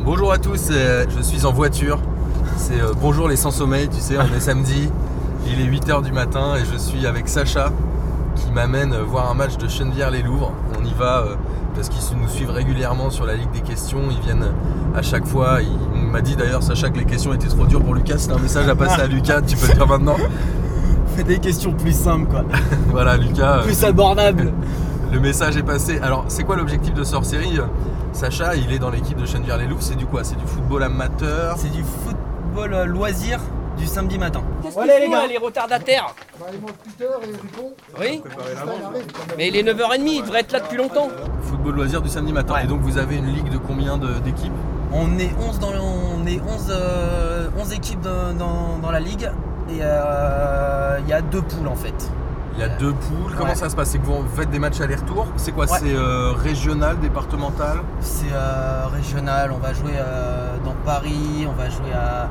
Bonjour à tous, euh, je suis en voiture. C'est euh, bonjour les sans sommeil, tu sais, on est samedi, il est 8h du matin et je suis avec Sacha qui m'amène euh, voir un match de Chenevière-les-Louvres. On y va euh, parce qu'ils nous suivent régulièrement sur la Ligue des questions, ils viennent à chaque fois. Il m'a dit d'ailleurs Sacha que les questions étaient trop dures pour Lucas, c'est un message à passer à Lucas, tu peux le dire maintenant. Fais des questions plus simples, quoi. Voilà Lucas. euh, Plus abordables. Le message est passé. Alors, c'est quoi l'objectif de Sorcerie Sacha, il est dans l'équipe de Chenevière-les-Loups. C'est du quoi C'est du football amateur C'est du football euh, loisir du samedi matin. Qu'est-ce Voilà, les qu'ils font, gars. là, les retardataires Bah, ils mangent plus tard et du coup, Oui, ça y arrive. mais il est 9h30, ils devraient être là depuis longtemps. Football loisir du samedi matin. Ouais. Et donc, vous avez une ligue de combien de- d'équipes On est 11, dans, on est 11, euh, 11 équipes dans, dans- dans la ligue. Et euh, il y a deux poules, en fait. Il y a Euh, deux poules. Comment ouais. ça se passe C'est que vous faites des matchs aller-retour C'est quoi Ouais. C'est euh, régional, départemental C'est euh, régional, on va jouer euh, dans Paris, on va jouer à,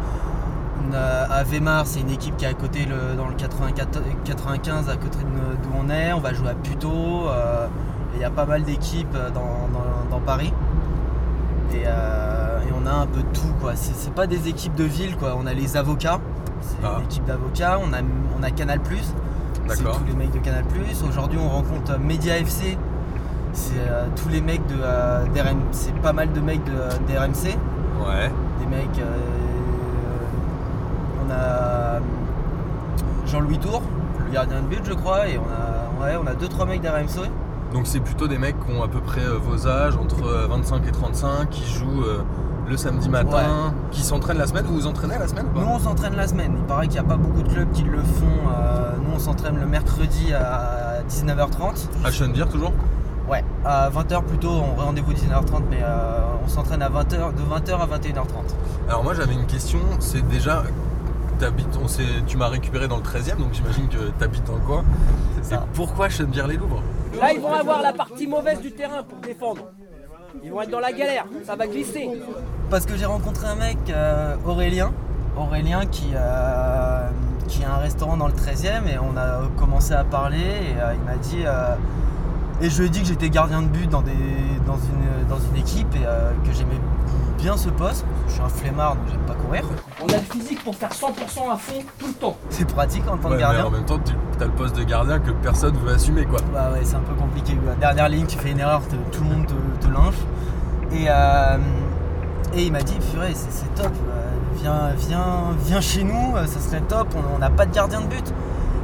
euh, à Weimar, c'est une équipe qui est à côté le- dans le 94 95, à côté de nous- d'où on est, on va jouer à Puteaux, euh, et il y a pas mal d'équipes euh, dans, dans- dans Paris. Et, euh, et on a un peu de tout, quoi. C'est c'est pas des équipes de ville, quoi. On a les avocats, c'est Ah. une équipe d'avocats, on a, on a Canal+, c'est D'accord. tous les mecs de Canal+. Aujourd'hui, on rencontre euh, Media FC. C'est euh, tous les mecs de euh, DRM. C'est pas mal de mecs de, euh, d'RMC. Ouais. Des mecs. euh, on a euh, Jean-Louis Tour, le gardien de but, je crois. Et on a, ouais, on a deux trois mecs d'RMC. Donc, c'est plutôt des mecs qui ont à peu près euh, vos âges, entre euh, 25 et 35, qui jouent euh, le samedi matin, qui s'entraînent la semaine. Vous vous entraînez la semaine ou pas Nous, on s'entraîne la semaine. Il paraît qu'il n'y a pas beaucoup de clubs qui le font. Euh, nous, on s'entraîne le mercredi à 19h30. À Chennevière, toujours Ouais, à 20h plutôt. On rendez-vous 19h30, mais euh, on s'entraîne à 20h, de 20h à 21h30. Alors moi j'avais une question, c'est déjà t'habites, on s'est, tu m'as récupéré dans le 13e donc j'imagine que t'habites dans le coin. C'est ça. pourquoi Chenevière-les-Louvres Là, ils vont avoir la partie mauvaise du terrain pour défendre. Ils vont être dans la galère, ça va glisser. Parce que j'ai rencontré un mec, euh, Aurélien. Aurélien qui, euh, qui a un restaurant dans le 13 e et on a commencé à parler et euh, il m'a dit. euh, et je lui ai dit que j'étais gardien de but dans, des, dans, une, dans une équipe et euh, que j'aimais bien ce poste. Je suis un flemmard donc j'aime pas courir. On a le physique pour faire 100% à fond tout le temps. C'est pratique en Ouais, tant que mais gardien. en même temps tu as le poste de gardien que personne veut assumer quoi. Bah ouais, c'est un peu compliqué. La dernière ligne, tu fais une erreur, te- tout le monde te, te lynche. Et, euh, et il m'a dit, purée, c'est, c'est top, euh, viens, viens, viens chez nous, euh, ça serait top, on on n'a pas de gardien de but.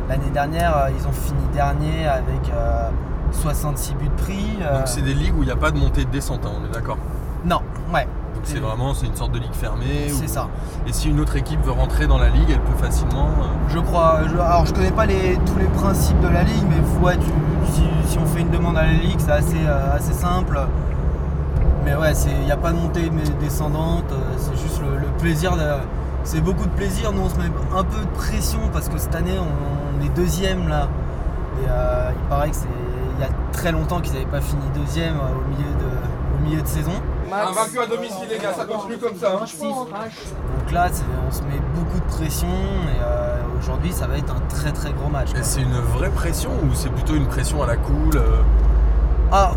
L'année dernière, euh, ils ont fini dernier avec euh, 66 buts pris. euh, Donc c'est des ligues où il n'y a pas de montée de descente, hein, on est d'accord. Non, ouais, Donc c'est- c'est vraiment c'est une sorte de ligue fermée. où- c'est ça. Et si une autre équipe veut rentrer dans la ligue, elle peut facilement. euh, Je crois. je- alors, je connais pas les, tous les principes de la ligue, mais ouais, tu- si, si on fait une demande à la ligue, c'est assez, euh, assez simple. Mais ouais, il n'y a pas de montée mais descendante. euh, C'est juste le, le plaisir. de- c'est beaucoup de plaisir. Nous, on se met un peu de pression parce que cette année, on, on est deuxième là. Et euh, il paraît que c'est il y a très longtemps qu'ils n'avaient pas fini deuxième euh, au milieu de, au milieu de saison. Un vaincu à domicile, les gars, ça continue comme ça. Hein. Donc là, c'est- on se met beaucoup de pression. Et euh, aujourd'hui, ça va être un très très gros match. quoi. Et c'est une vraie pression ou c'est plutôt une pression à la cool euh, Ah,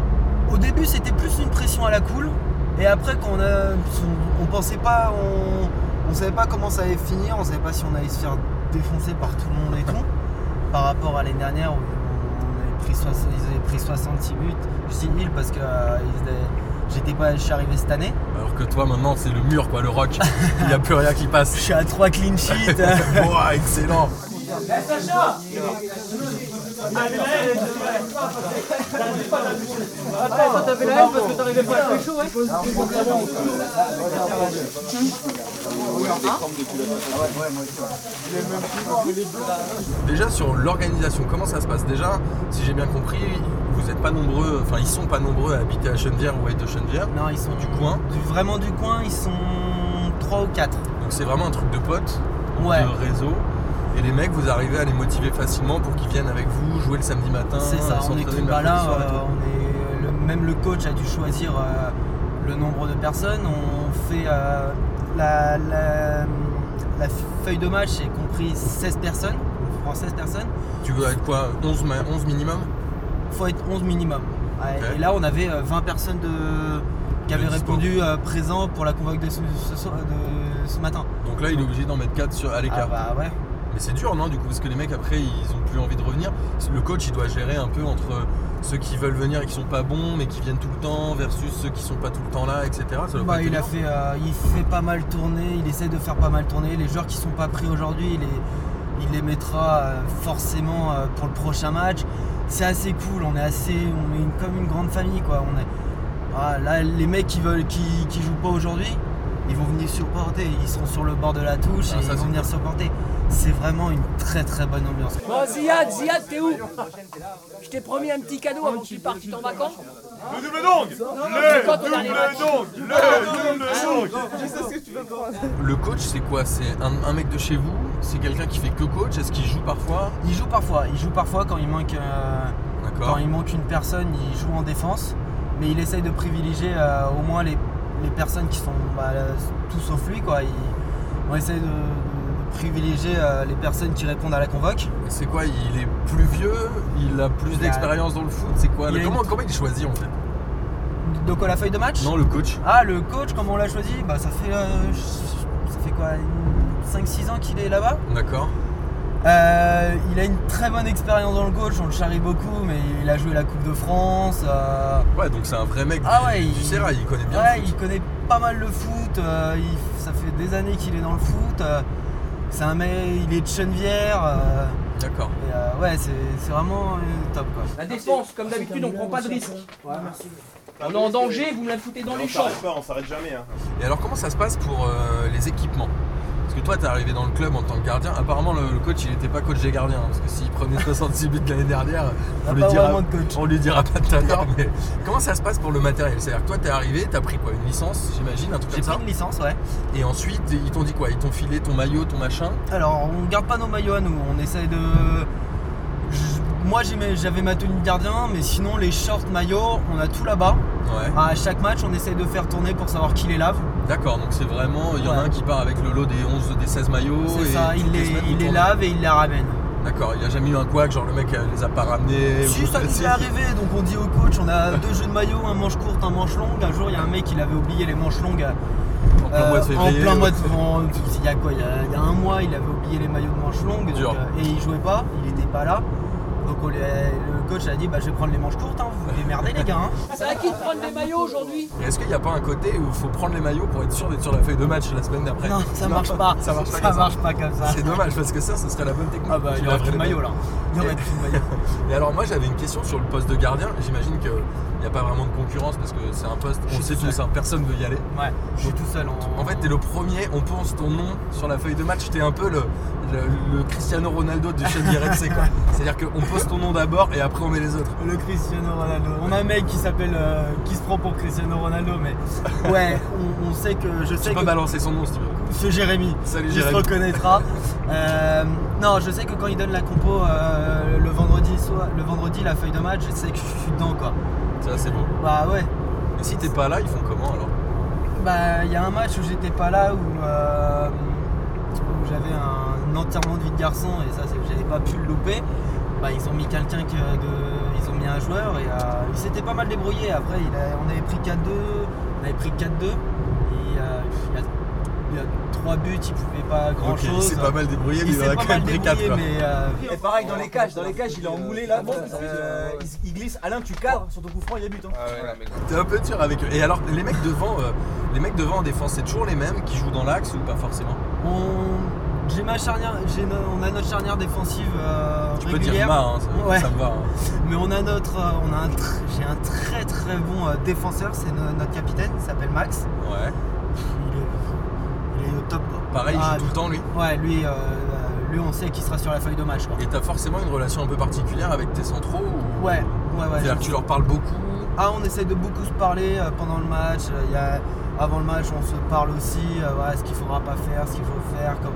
au début c'était plus une pression à la cool, et après qu'on a, on, on pensait pas, on, on savait pas comment ça allait finir, on savait pas si on allait se faire défoncer par tout le monde et tout, par rapport à l'année dernière où on avait pris, soix- ils avaient pris 66 buts, je dis 1000 parce que euh, ils étaient- j'étais pas, je suis arrivé cette année, Alors que toi maintenant c'est le mur quoi, le rock. Il n'y a plus rien qui passe. je suis à 3 clean sheets. Ouah, excellent Déjà sur l'organisation, comment ça se passe Déjà, si j'ai bien compris, vous n'êtes pas nombreux, enfin ils sont pas nombreux à habiter à Chenevière ou à être de Chenevière. non, ils sont Du coin. du- vraiment du coin, ils sont 3 ou 4. Donc c'est vraiment un truc de potes, Ouais. de réseau. Et les mecs, vous arrivez à les motiver facilement pour qu'ils viennent avec vous, jouer le samedi matin, C'est euh, ça, on est s'entraîner tout le bah mercredi là, soir et euh, tout. on est le- même le coach a dû choisir euh, le nombre de personnes. On fait euh, la, la- la feuille de match, c'est compris 16 personnes. On prend 16 personnes. Tu veux être quoi 11, ma- 11 minimum faut être 11 minimum. Ah, Ouais, Ok. Et là, on avait euh, 20 personnes de qui avait Le dispo. répondu euh, présent pour la convoque de ce, ce soir- de ce matin. Donc là, il est obligé d'en mettre 4 sur, à Ah l'écart. bah ouais. Mais c'est dur, non, du coup, parce que les mecs, après, ils ont plus envie de revenir. Le coach, il doit gérer un peu entre ceux qui veulent venir et qui sont pas bons, mais qui viennent tout le temps, versus ceux qui sont pas tout le temps là, etc. Ça doit Bah, pas être il, a évident. fait, euh, il fait pas mal tourner, il essaie de faire pas mal tourner. Les joueurs qui sont pas pris aujourd'hui, il les, il les mettra euh, forcément euh, pour le prochain match. C'est assez cool, on est assez, on est une- comme une grande famille quoi. On est, Ah, là, les mecs qui veulent, qui, qui jouent pas aujourd'hui, ils vont venir supporter. Ils seront sur le bord de la touche Ah, ça, et ils c'est vont venir supporter. C'est vraiment une très très bonne ambiance. Bon, Ziad, Ziad, t'es où Je t'ai promis un petit cadeau avant que tu partes en vacances. Le double Ah, donc Le quand on double arrive à- donc Le double donc Le coach, c'est quoi C'est un, un mec de chez vous C'est quelqu'un qui fait que coach Est-ce qu'il joue parfois Ils jouent parfois, ils jouent parfois quand il manque. euh, Quand D'accord. il manque une personne, il joue en défense, mais il essaye de privilégier euh, au moins les, les personnes qui sont bah, euh, tout sauf lui. Quoi. Il- on essaye de, de privilégier euh, les personnes qui répondent à la convoque. C'est quoi Il est plus vieux Il a plus Il a- d'expérience dans le foot C'est quoi Il le- a comment, une- comment il est choisi en fait Donc à la feuille de match Non, le coach. Ah, le coach, comment on l'a choisi bah, ça, fait, euh, ça fait quoi 5-6 ans qu'il est là-bas D'accord. Euh, il a une très bonne expérience dans le coach, on le charrie beaucoup, mais il a joué la Coupe de France. euh, Ouais, donc c'est un vrai mec Ah du, ouais, du il- Serail, il connaît bien. le Ouais, foot. il connaît pas mal le foot. euh, il- ça fait des années qu'il est dans le foot. euh, c'est un mec, il est de Chenevière. euh, D'accord. et, euh, ouais, c'est c'est vraiment euh, top quoi. La défense, comme d'habitude, on prend pas de risque. On est en danger, vous me la foutez dans les champs. pas, on s'arrête jamais. Hein. Et alors, comment ça se passe pour euh, les équipements Parce que toi, t'es arrivé dans le club en tant que gardien. Apparemment, le, le coach, il n'était pas coach des gardiens. hein, parce que s'il prenait 66 buts l'année dernière, On on a lui, Ah, pas dira, vraiment de coach. on lui dira pas de ta mère, Mais comment ça se passe pour le matériel C'est-à-dire que toi, t'es arrivé, t'as pris quoi Une licence, j'imagine, un truc J'ai comme pris ça une licence, ouais. Et ensuite, ils t'ont dit quoi Ils t'ont filé ton maillot, ton machin Alors, on garde pas nos maillots à nous. On essaye de. je- Moi, j'ai mes- j'avais ma tenue de gardien, mais sinon, les shorts, maillots, on a tout là-bas. Ouais. À chaque match, on essaye de faire tourner pour savoir qui les lave. D'accord, donc c'est vraiment. Il y en a Ouais. un qui part avec le lot des 11, des 16 maillots. C'est et ça, toutes il les, semaines, vous il les tournez. lave et il les ramène. D'accord, il n'y a jamais eu un couac, genre le mec euh, les a pas ramenés. Si ou- ça nous est arrivé, donc on dit au coach, on a deux jeux de maillot, un manche courte, un manche longue. Un jour, il y a un mec, il avait oublié les manches longues. En plein mois de euh, en février. plein mois de en- Il y a quoi il y a, il y a un mois, il avait oublié les maillots de manches longues. donc, Dur. euh, et il jouait pas, il était pas là. Donc on les- le coach a dit, bah, je vais prendre les manches courtes, hein, vous vous démerdez les gars. hein. C'est à qui de prendre les maillots aujourd'hui Et Est-ce qu'il n'y a pas un côté où il faut prendre les maillots pour être sûr d'être sur la feuille de match la semaine d'après Non, ça marche pas. Ça marche pas. Ça comme ça. marche pas comme ça. C'est dommage parce que ça, ce serait la bonne technique. Ah bah, il y aurait plus de maillot là. Il y aurait plus de maillot. Et alors, moi j'avais une question sur le poste de gardien. J'imagine qu'il n'y a pas vraiment de concurrence parce que c'est un poste, Je on suis sait tout tous, seul. hein, personne veut y aller. Ouais, je suis tout seul en. En fait, t'es le premier, on pense ton nom sur la feuille de match. T'es un peu le, le- le Cristiano Ronaldo du chef RFC, quoi. C'est-à-dire qu'on pose ton nom d'abord et après on met les autres. Le Cristiano Ronaldo. On a un mec qui s'appelle euh, qui se prend pour Cristiano Ronaldo, mais ouais, on, on sait que je sais Tu peux que balancer son nom si tu veux. c'est Jérémy. Salut, il Jérémy. se reconnaîtra. Euh, non, je sais que quand il donne la compo euh, le vendredi soir, le vendredi la feuille de match, je sais que je suis dedans quoi. Ça, c'est bon. Bah ouais. Et si t'es pas là, ils font comment alors Bah il y a un match où j'étais pas là où, euh, où j'avais un enterrement de vie de garçon et ça c'est- j'avais pas pu le louper. Bah ils ont mis quelqu'un que de- ils ont mis un joueur et euh, il s'était pas mal débrouillé. Après il a- on avait pris 4-2, on avait pris 4-2 et euh, il y a- il y a trois buts, il pouvait pas grand Ok, il chose. hein. s'est pas mal débrouillé, mais Il il en a s'est quand pas même mal pris 4 débrouillé, quoi. mais euh, Et pareil dans les cages, dans les cages il est enmoulé là, euh, il, il glisse. Alain tu cadres sur ton coup franc il y a but. hein. T'es un peu dur avec eux. Et alors, les mecs devant, euh, les mecs devant en défense, c'est toujours les mêmes qui jouent dans l'axe ou pas forcément on, j'ai ma charnière, j'ai no- on a notre charnière défensive euh, Tu peux dire régulière, ma, hein, ça, Ouais. ça me va. hein. mais on a notre, euh, on a un, tr- j'ai un très très bon euh, défenseur, c'est no- notre capitaine, il s'appelle Max. Ouais. Il est, il est au top. Quoi. Pareil, il Ah, joue tout le temps lui. Ouais, lui, euh, lui, on sait qu'il sera sur la feuille de match. Quoi. Et t'as forcément une relation un peu particulière avec tes centraux ou... Ouais, ouais, ouais. C'est-à-dire que tu leur parles beaucoup. Ah, on essaie de beaucoup se parler euh, pendant le match. euh, il y a- avant le match, on se parle aussi. euh, voilà, ce qu'il faudra pas faire, ce qu'il faut faire. Comme...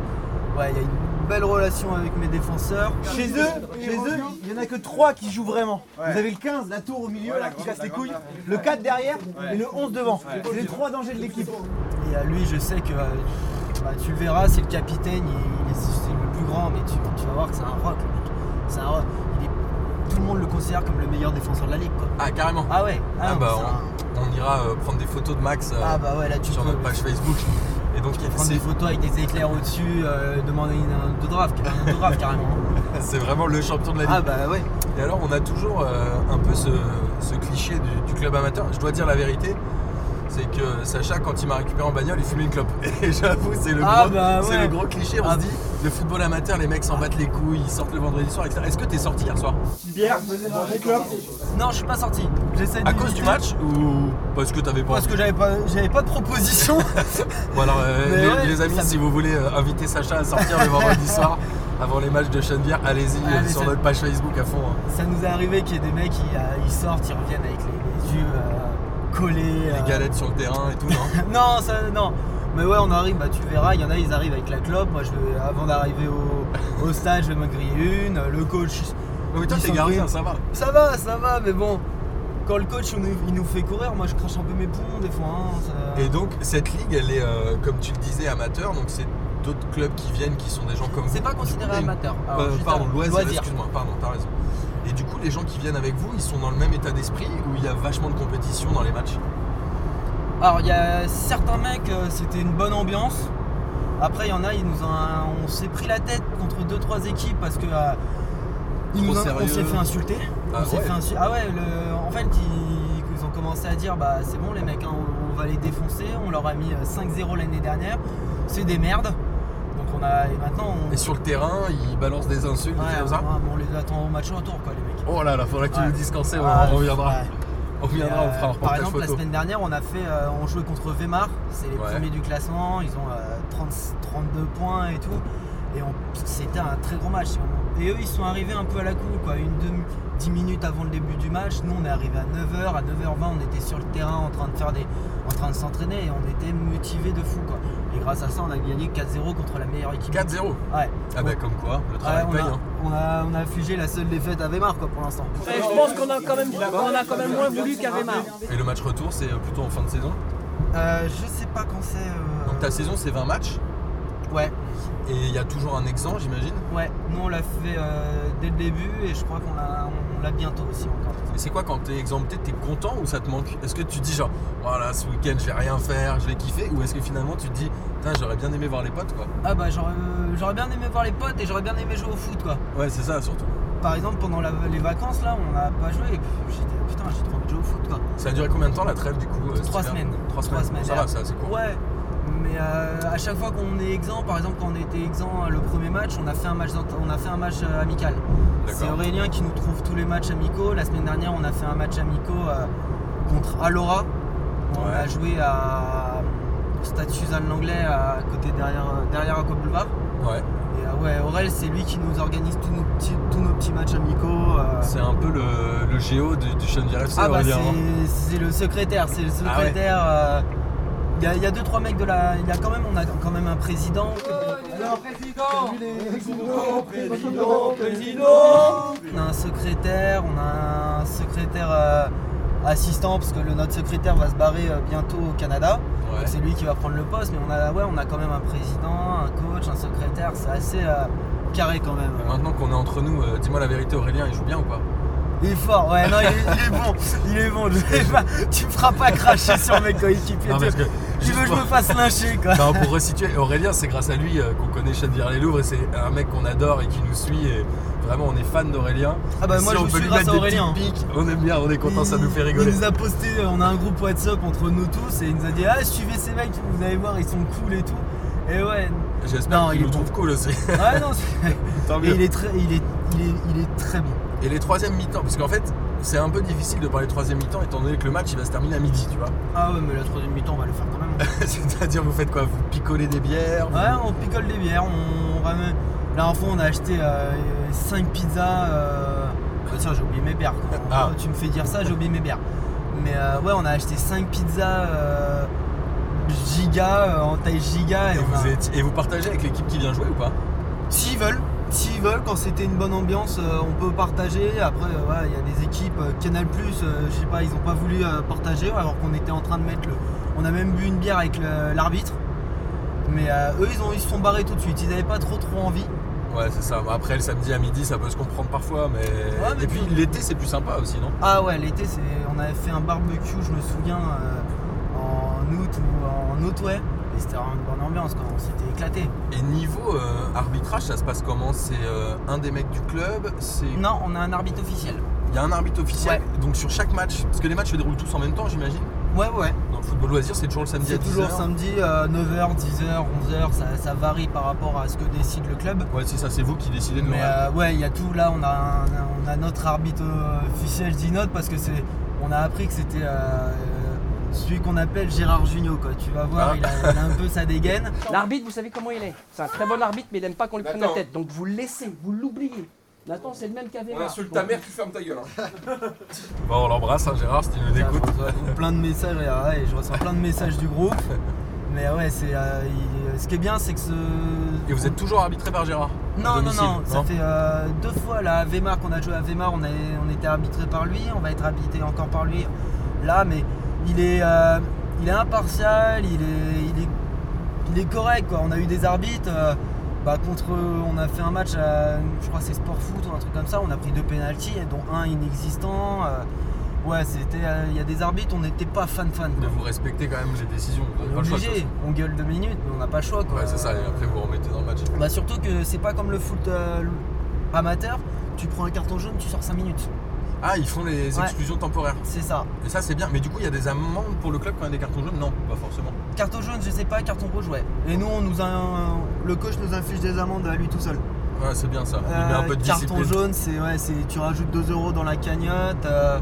Ouais, il y a une belle relation avec mes défenseurs. Chez eux, chez eux, il y en a que 3 qui jouent vraiment. Vous avez le 15, la tour au milieu là qui casse les couilles, le 4 derrière et le 11 devant. C'est les trois dangers de l'équipe. Et à lui, je sais que euh, bah, tu le verras, c'est le capitaine. Il, il est, c'est le plus grand, mais tu, tu vas voir que c'est un rock. le mec. C'est un rock. Il est- tout le monde le considère comme le meilleur défenseur de la ligue. Quoi. Ah, carrément. Ah ouais. Ah non, bah, c'est un- on, on ira euh, prendre des photos de Max euh, Ah bah ouais, là tu sur peux notre page Facebook. Et donc, prendre des c'est photos avec des éclairs au-dessus, euh, demander une- un autographe, un autographe carrément. c'est vraiment le champion de la ligue. Ah bah ouais. Et alors, on a toujours euh, un peu ce, ce cliché du, du club amateur. Je dois dire la vérité, c'est que Sacha, quand il m'a récupéré en bagnole, il fumait une clope. Et j'avoue, c'est le, Ah, gros- bah, c'est ouais. le gros cliché. On Ah. se dit, le football amateur, les mecs s'en battent les couilles, ils sortent le vendredi soir, etc. Est-ce que t'es sorti hier soir Bière, clubs. Non, je suis pas sorti. J'essaie À de- cause du match ou parce que t'avais pas Parce que j'avais pas, j'avais pas de proposition. Bon alors euh, Mais les, ouais, les amis, ça- si vous voulez euh, inviter Sacha à sortir le vendredi soir avant les matchs de Chenevière, allez-y euh, Allez, Bah sur c'est- notre page Facebook à fond. hein. Ça nous est arrivé qu'il y ait des mecs qui euh, ils sortent, ils reviennent avec les, les yeux euh, collés. euh, Les galettes sur le terrain et tout, hein. non Non, ça, non. Mais ouais, on arrive, bah tu verras, il y en a, ils arrivent avec la clope. Moi, je vais, avant d'arriver au, au stade, je vais me griller une. Le coach, Non, Mais toi Ils t'es sont garé, pris. hein, ça va. ça va, ça va, mais bon. Quand le coach, on nous- il nous fait courir, moi, je crache un peu mes poumons des fois. hein, ça- Et donc cette ligue, elle est euh, comme tu le disais amateur, donc c'est d'autres clubs qui viennent qui sont des gens comme C'est vous. pas considéré Et- amateur. Alors, Euh, juste pardon, un- loisir, excuse-moi, pardon, t'as raison. Et du coup, les gens qui viennent avec vous, ils sont dans le même état d'esprit où il y a vachement de compétition dans les matchs. Alors il y a certains mecs, euh, c'était une bonne ambiance. Après il y en a, ils nous ont, on s'est pris la tête contre deux trois équipes parce que euh, ils Trop nous ont- sérieux. on s'est fait insulter. Ah on s'est ouais. fait insu- Ah ouais, le- en fait ils, ils ont commencé à dire bah c'est bon les mecs, hein, on, on va les défoncer. On leur a mis euh, 5-0 l'année dernière. C'est des merdes. Donc on a et maintenant on, Et sur le terrain, ils balancent des insultes, Ouais, des trucs comme ça. Ah, on- on les attend au match retour quoi les mecs. Oh là là, faudra que tu Ouais. nous dises quand c'est, Ah, on reviendra. ouais. On reviendra, Et, on fera un euh, Par reportage exemple, la photo. semaine dernière, on a fait, euh, on jouait contre Weimar, c'est les Ouais. premiers du classement, ils ont euh, 30 32 points et tout, et on- c'était un très gros match. Et eux, ils sont arrivés un peu à la cool, quoi, une demi, 10 minutes avant le début du match. Nous, on est arrivé à 9h, à 9h20, on était sur le terrain en train de faire des, en train de s'entraîner et on était motivés de fou, quoi. Et grâce à ça, on a gagné 4-0 contre la meilleure équipe. 4-0. Ouais. Ah bah comme quoi, le Ouais, travail on, paye. a, hein. on, a, on a affligé la seule défaite à Weimar, quoi, pour l'instant. Et Eh, je pense qu'on a quand même, on a quand même moins voulu qu'à Weimar. Et le match retour, c'est plutôt en fin de saison. Euh, je sais pas quand c'est. euh, Donc ta saison, c'est 20 matchs. Ouais. Et il y a toujours un exempt, j'imagine. Ouais, nous on l'a fait euh, dès le début et je crois qu'on l'a, on l'a bientôt aussi encore. Et c'est quoi quand t'es exempté, t'es content ou ça te manque Est-ce que tu dis genre, voilà, ce week-end, je vais rien faire, je vais kiffer Ou est-ce que finalement tu te dis, putain, j'aurais bien aimé voir les potes quoi Ah bah j'aurais, euh, j'aurais bien aimé voir les potes et j'aurais bien aimé jouer au foot quoi. Ouais, c'est ça surtout. Par exemple pendant la- les vacances là on n'a pas joué et puis j'étais putain j'ai trop envie de jouer au foot quoi. Ça a duré combien de temps la trêve du coup euh, cet Trois hiver semaines. Trois semaines. Trois semaines. Ça va, c'est assez court. Ouais. Mais euh, à chaque fois qu'on est exempt, par exemple quand on était exempt euh, le premier match, on a fait un match, d'ent- on a fait un match euh, amical. C'est D'accord. Aurélien qui nous trouve tous les matchs amicaux. La semaine dernière, on a fait un match amicaux euh, contre Alora. On Ouais. a joué à au Stade Suzanne Langlais à côté derrière, euh, derrière Aqua Boulevard. Ouais. Et euh, ouais, Aurel, c'est lui qui nous organise tous nos petits, tous nos petits matchs amicaux. euh. C'est un peu le, le géo du, du Chenvière FC, Ah bah Aurélien, hein. c'est- c'est le secrétaire, c'est le Ah ouais. secrétaire. euh, Il y a- il y, a deux trois mecs de la. Il y a quand même on a quand même un président. On a un secrétaire, on a un secrétaire euh, assistant parce que le, notre secrétaire va se barrer euh, bientôt au Canada. Ouais. Donc C'est lui qui va prendre le poste, mais on a ouais on a quand même un président, un coach, un secrétaire, c'est assez euh, carré quand même. hein. Maintenant qu'on est entre nous, euh, dis-moi la vérité, Aurélien, il joue bien ou pas Il est fort, ouais non il est, il est bon, il est bon. Je vais pas- tu me feras pas cracher sur mes coéquipiers. Non, tu- parce que Tu juste veux que je pour- me fasse lyncher quoi Non, pour resituer, Aurélien, c'est grâce à lui euh, qu'on connaît Chenvière les Louvres et c'est un mec qu'on adore et qui nous suit. Et vraiment, on est fan d'Aurélien. Ah bah Et moi si je on vous peut suis lui grâce mettre à des Aurélien. petites piques, on aime bien, on est content, ça nous fait rigoler. Il nous a posté, euh, on a un groupe WhatsApp entre nous tous et il nous a dit ah suivez ces mecs, vous allez voir ils sont cool et tout. Et ouais. J'espère Non, qu'il il nous est bon. trouve cool aussi. Ah non. c'est- Tant Et mieux. il est très, il est, il est, il est très bon. Et les troisièmes mi-temps, parce qu'en fait, c'est un peu difficile de parler de troisième mi-temps étant donné que le match il va se terminer à midi, tu vois. Ah ouais mais la troisième mi-temps on va le faire quand même. C'est-à-dire, vous faites quoi Vous picolez des bières vous- Ouais on picole des bières, on ramène. La dernière fois on a acheté 5 pizzas. euh, bah, tiens j'ai oublié mes bières. quoi. Ah. Tu me fais dire ça j'ai oublié mes bières. Mais euh, ouais on a acheté 5 pizzas euh, giga euh, en taille giga et, Et on a- vous, êtes- et vous partagez avec l'équipe qui vient jouer ou pas S'ils veulent, s'ils veulent, quand c'était une bonne ambiance, euh, on peut partager. Après, euh, voilà, il y a des équipes euh, Canal Plus, je sais pas, ils ont pas voulu euh, partager alors qu'on était en train de mettre le. On a même bu une bière avec le- l'arbitre. Mais euh, eux, ils, ont, ils se sont barrés tout de suite. Ils n'avaient pas trop trop envie. Ouais, c'est ça. Bah, Après, le samedi à midi, ça peut se comprendre parfois, mais. Ouais, mais Et puis tu- l'été, c'est plus sympa aussi, non Ah ouais, l'été, c'est, on avait fait un barbecue, je me souviens, euh, en août ou en août, ouais. Et c'était vraiment une bonne ambiance, quoi. On s'était éclaté. Et niveau euh, arbitrage, ça se passe comment C'est euh, un des mecs du club C'est Non, on a un arbitre officiel. il y a un arbitre officiel. Donc sur chaque match, parce que les matchs se déroulent tous en même temps, j'imagine. Ouais, ouais. Dans le football loisir, c'est toujours le samedi à C'est 10 toujours heures. samedi, euh, 9h, 10h, 11h, ça, ça varie par rapport à ce que décide le club. Ouais, c'est ça. C'est vous qui décidez de Mais l'horaire. euh, ouais, il y a tout. Là, on a, un- on a notre arbitre euh, officiel, je dis notre, parce que c'est, on a appris que c'était euh, celui qu'on appelle Gérard Junior. Quoi. Tu vas voir, Ah. il, a, il a un peu sa dégaine. L'arbitre, vous savez comment il est C'est un très bon arbitre, mais il n'aime pas qu'on lui prenne la Nathan. tête. Donc vous le laissez, vous l'oubliez. Nathan, c'est le même qu'avait On insulte ta mère, tu fermes ta gueule. hein. euh, Bon, on l'embrasse, hein, Gérard, si tu nous Ça, écoutes. je reçois plein de messages, et, ah ouais, je reçois plein de messages du groupe. Mais ouais, c'est, euh, il- ce qui est bien, c'est que ce. Et vous êtes toujours arbitré par Gérard à Non, non, domicile, non, ça fait euh, deux fois là à Weimar qu'on a joué à Weimar, on, a- on était arbitré par lui, on va être arbitré encore par lui là, mais il est, euh, il est impartial, il est, il, est, il est correct quoi. On a eu des arbitres, euh, bah, contre, on a fait un match, à, je crois que c'est Sport Foot ou un truc comme ça, on a pris deux pénalties, dont un inexistant. euh, ouais, c'était, euh, il y a des arbitres, on n'était pas fan fan. Mais vous respectez quand même les décisions. Vous On n'avez est pas le choix. de toute obligé, on gueule deux minutes, mais on n'a pas le choix façon. quoi. Ouais, c'est ça. Et après, vous remettez dans le match. Bah surtout que c'est pas comme le foot euh, amateur, tu prends un carton jaune, tu sors 5 minutes. Ah, ils font les Ouais. exclusions temporaires. C'est ça. Et ça, c'est bien. Mais du coup, il y a des amendes pour le club quand il y a des cartons jaunes Non, pas forcément. Carton jaune, je sais pas, carton rouge, ouais. Et nous, on nous a le coach nous inflige des amendes à lui tout seul. Euh, Ouais, c'est bien ça. Il met un peu de carton discipline. jaune, c'est ouais, c'est tu rajoutes 2 euros dans la cagnotte. euh,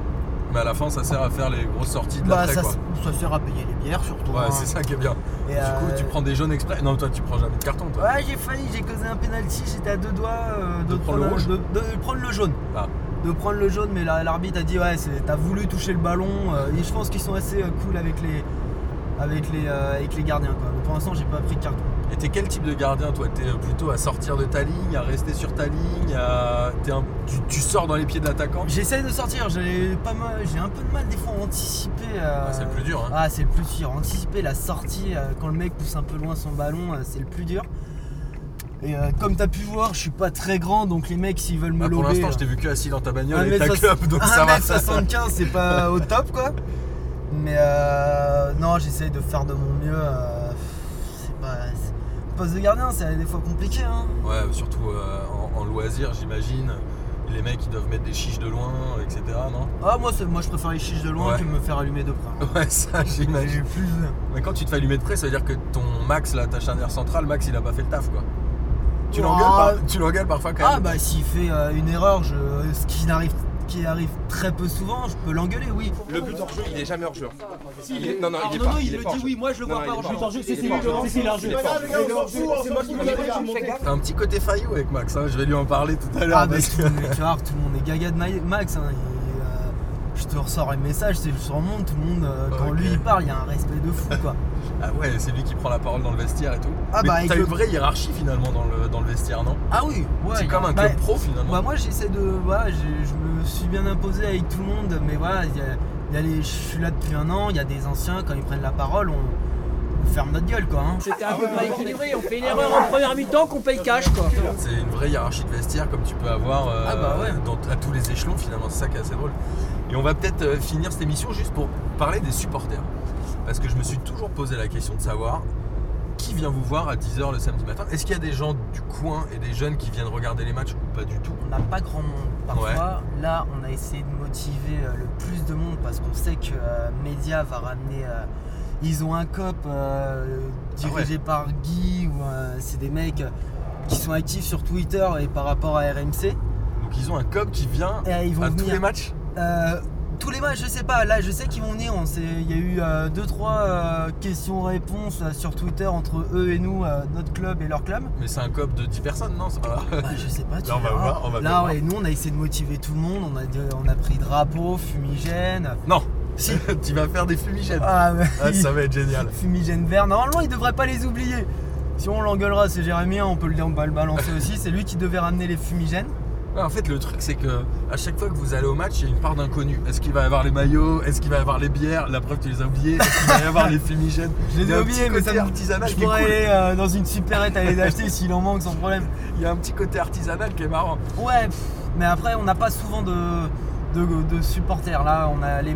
Mais à la fin, ça sert à faire les grosses sorties de bah l'après, ça, quoi. ça sert à payer les bières surtout. Ouais, hein. c'est ça qui est bien. Et, du coup, euh, tu prends des jaunes exprès. Non, toi, tu prends jamais de carton, toi. Ouais, j'ai failli, j'ai causé un penalty, j'étais à deux doigts euh, De prendre le un- rouge. de, de prendre le jaune. Ah. De prendre le jaune, mais la- l'arbitre a dit ouais, c'est- t'as voulu toucher le ballon. euh, et je pense qu'ils sont assez euh, cool avec les, avec les, euh, avec les gardiens. Quoi. Donc, pour l'instant, j'ai pas pris de carton. Et t'es quel type de gardien, toi T'es euh, plutôt à sortir de ta ligne, à rester sur ta ligne, à... t'es un- tu, tu sors dans les pieds de l'attaquant J'essaye de sortir. J'ai pas mal, j'ai un peu de mal des fois à anticiper. euh, Ah, C'est le plus dur, hein. Ah, c'est le plus dur. Anticiper la sortie euh, quand le mec pousse un peu loin son ballon, euh, c'est le plus dur. Et euh, comme t'as pu voir, je suis pas très grand, donc les mecs s'ils veulent me Ah, pour lober, l'instant, euh, je t'ai vu que assis dans ta bagnole et ta 1m60 clope, donc ça va. 1m75, c'est pas au top quoi. Mais euh, non, j'essaye de faire de mon mieux. euh, c'est pas. c'est- Poste de gardien, c'est des fois compliqué. Hein. Ouais, surtout euh, en, en loisir, j'imagine. Les mecs, ils doivent mettre des chiches de loin, etc., non Ah, moi, c'est- moi je préfère les chiches de loin Ouais. que me faire allumer de près. hein. Ouais, ça, J'ai j'imagine. plus. Mais quand tu te fais allumer de près, ça veut dire que ton Max, là, ta charnière centrale, Max, il a pas fait le taf, quoi. Tu Oh. l'engueules par- tu l'engueules parfois quand Ah, même. bah s'il fait euh, une erreur, je... ce qui n'arrive qui arrive très peu souvent, je peux l'engueuler, oui. Le but hors jeu, il est jamais hors jeu. Si, il est- Non, non, il est Arnaud, pas. il, est le pas hors dit jeu. oui, moi je le Non, vois non, pas il est hors jeu. hors Il jeu, est pas c'est lui, hors jeu. c'est lui, Il est hors jeu. C'est moi qui me l'ai dit. T'as un petit côté faillot avec Max, hein, je vais lui en parler tout à l'heure. Ah, bah, parce tout que- le monde- mais tu vois, tout le monde est gaga de Ma- Max. hein, il- euh, je te ressors un message, c'est je remonte, tout le monde, euh, quand Ok. lui il parle, il y a un respect de fou quoi. Ah ouais, c'est lui qui prend la parole dans le vestiaire et tout. Ah Mais bah, avec t'as le- une vraie hiérarchie finalement dans le, dans le vestiaire, non Ah oui, ouais, C'est il y a- comme un bah, club pro finalement. Bah moi j'essaie de. Voilà, j'ai- je me suis bien imposé avec tout le monde, mais voilà, il y a- il y a les- je suis là depuis un an, il y a des anciens, quand ils prennent la parole, on, on ferme notre gueule quoi. hein. C'était un peu pas équilibré. On fait une erreur en première mi-temps qu'on paye cash, quoi. C'est une vraie hiérarchie de vestiaire comme tu peux avoir euh, Ah bah ouais. dans- à tous les échelons finalement, c'est ça qui est assez drôle. Et on va peut-être euh, finir cette émission juste pour parler des supporters. Parce que je me suis toujours posé la question de savoir qui vient vous voir à 10h le samedi matin. Est-ce qu'il y a des gens du coin et des jeunes qui viennent regarder les matchs ou pas du tout On n'a pas grand monde parfois. Là, on a essayé de motiver euh, le plus de monde parce qu'on sait que euh, Média va ramener. euh, ils ont un COP euh, Ah dirigé par Guy, ou euh, c'est des mecs qui sont actifs sur Twitter et par rapport à RMC. Donc ils ont un cob qui vient Et ils vont à tous venir. les matchs Euh, tous les matchs, je sais pas. Là, je sais qu'ils vont venir. On sait- Il y a eu euh, deux trois euh, questions-réponses euh, sur Twitter entre eux et nous, euh, notre club et leur club. Mais c'est un cob de 10 personnes, non C'est pas- Bah, je sais pas. Tu Là, on va verras. voir, on va bien Là, ouais, nous, on a essayé de motiver tout le monde. On a, on a pris drapeau, fumigène. Non Si. Tu vas faire des fumigènes Ah, mais- Ah, ça va être génial. Fumigène vert. Normalement, il devrait pas les oublier. Si on l'engueulera, c'est Jérémy. hein, on peut le, on va le balancer aussi. C'est lui qui devait ramener les fumigènes. Ouais, en fait, le truc, c'est que à chaque fois que vous allez au match, il y a une part d'inconnu. Est-ce qu'il va y avoir les maillots Est-ce qu'il va y avoir les bières La preuve, tu les as oubliés. Est-ce qu'il va y avoir les fumigènes Je les Il y a ai un oubliés, petit mais côté ça me- artisanal Je qui est pourrais cool. aller euh, dans une supérette aller les acheter s'il en manque sans problème. Il y a un petit côté artisanal qui est marrant. Ouais, pff, mais après, on n'a pas souvent de, de, de supporters. Là, on a les,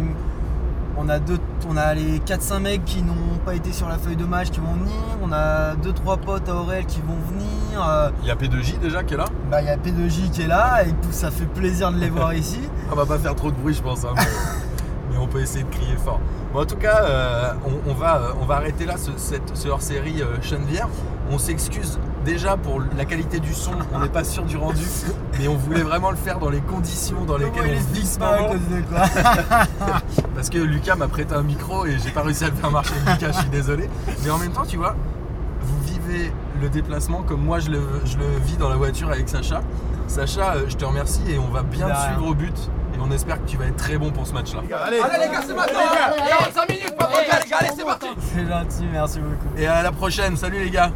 on a deux, on a les 4-5 mecs qui n'ont pas été sur la feuille de match qui vont venir. On a 2-3 potes à Aurel qui vont venir. euh, Il y a P2J déjà qui est là. bah, il y a P2J qui est là et tout, ça fait plaisir de les voir ici. On va pas faire trop de bruit, je pense. hein, mais, mais on peut essayer de crier fort. Bon, en tout cas, euh, on, on va, euh, on va arrêter là ce, cette- ce hors-série euh, Chenevière. On s'excuse déjà pour la qualité du son. On n'est pas sûr du rendu, mais on voulait vraiment le faire dans les conditions dans Comment lesquelles ils on vit disent ce pas à moment. cause de quoi Parce que Lucas m'a prêté un micro et j'ai pas réussi à le faire marcher. Lucas, je suis désolé. Mais en même temps, tu vois, vous vivez le déplacement comme moi je le, je le vis dans la voiture avec Sacha. Sacha, euh, je te remercie et on va bien De te rien. suivre au but. Et on espère que tu vas être très bon pour ce match-là. Allez Bah, les gars, c'est maintenant hein. 45 minutes, pas trop de gars, les gars, allez c'est parti C'est gentil, merci beaucoup. Et à la prochaine. Salut les gars.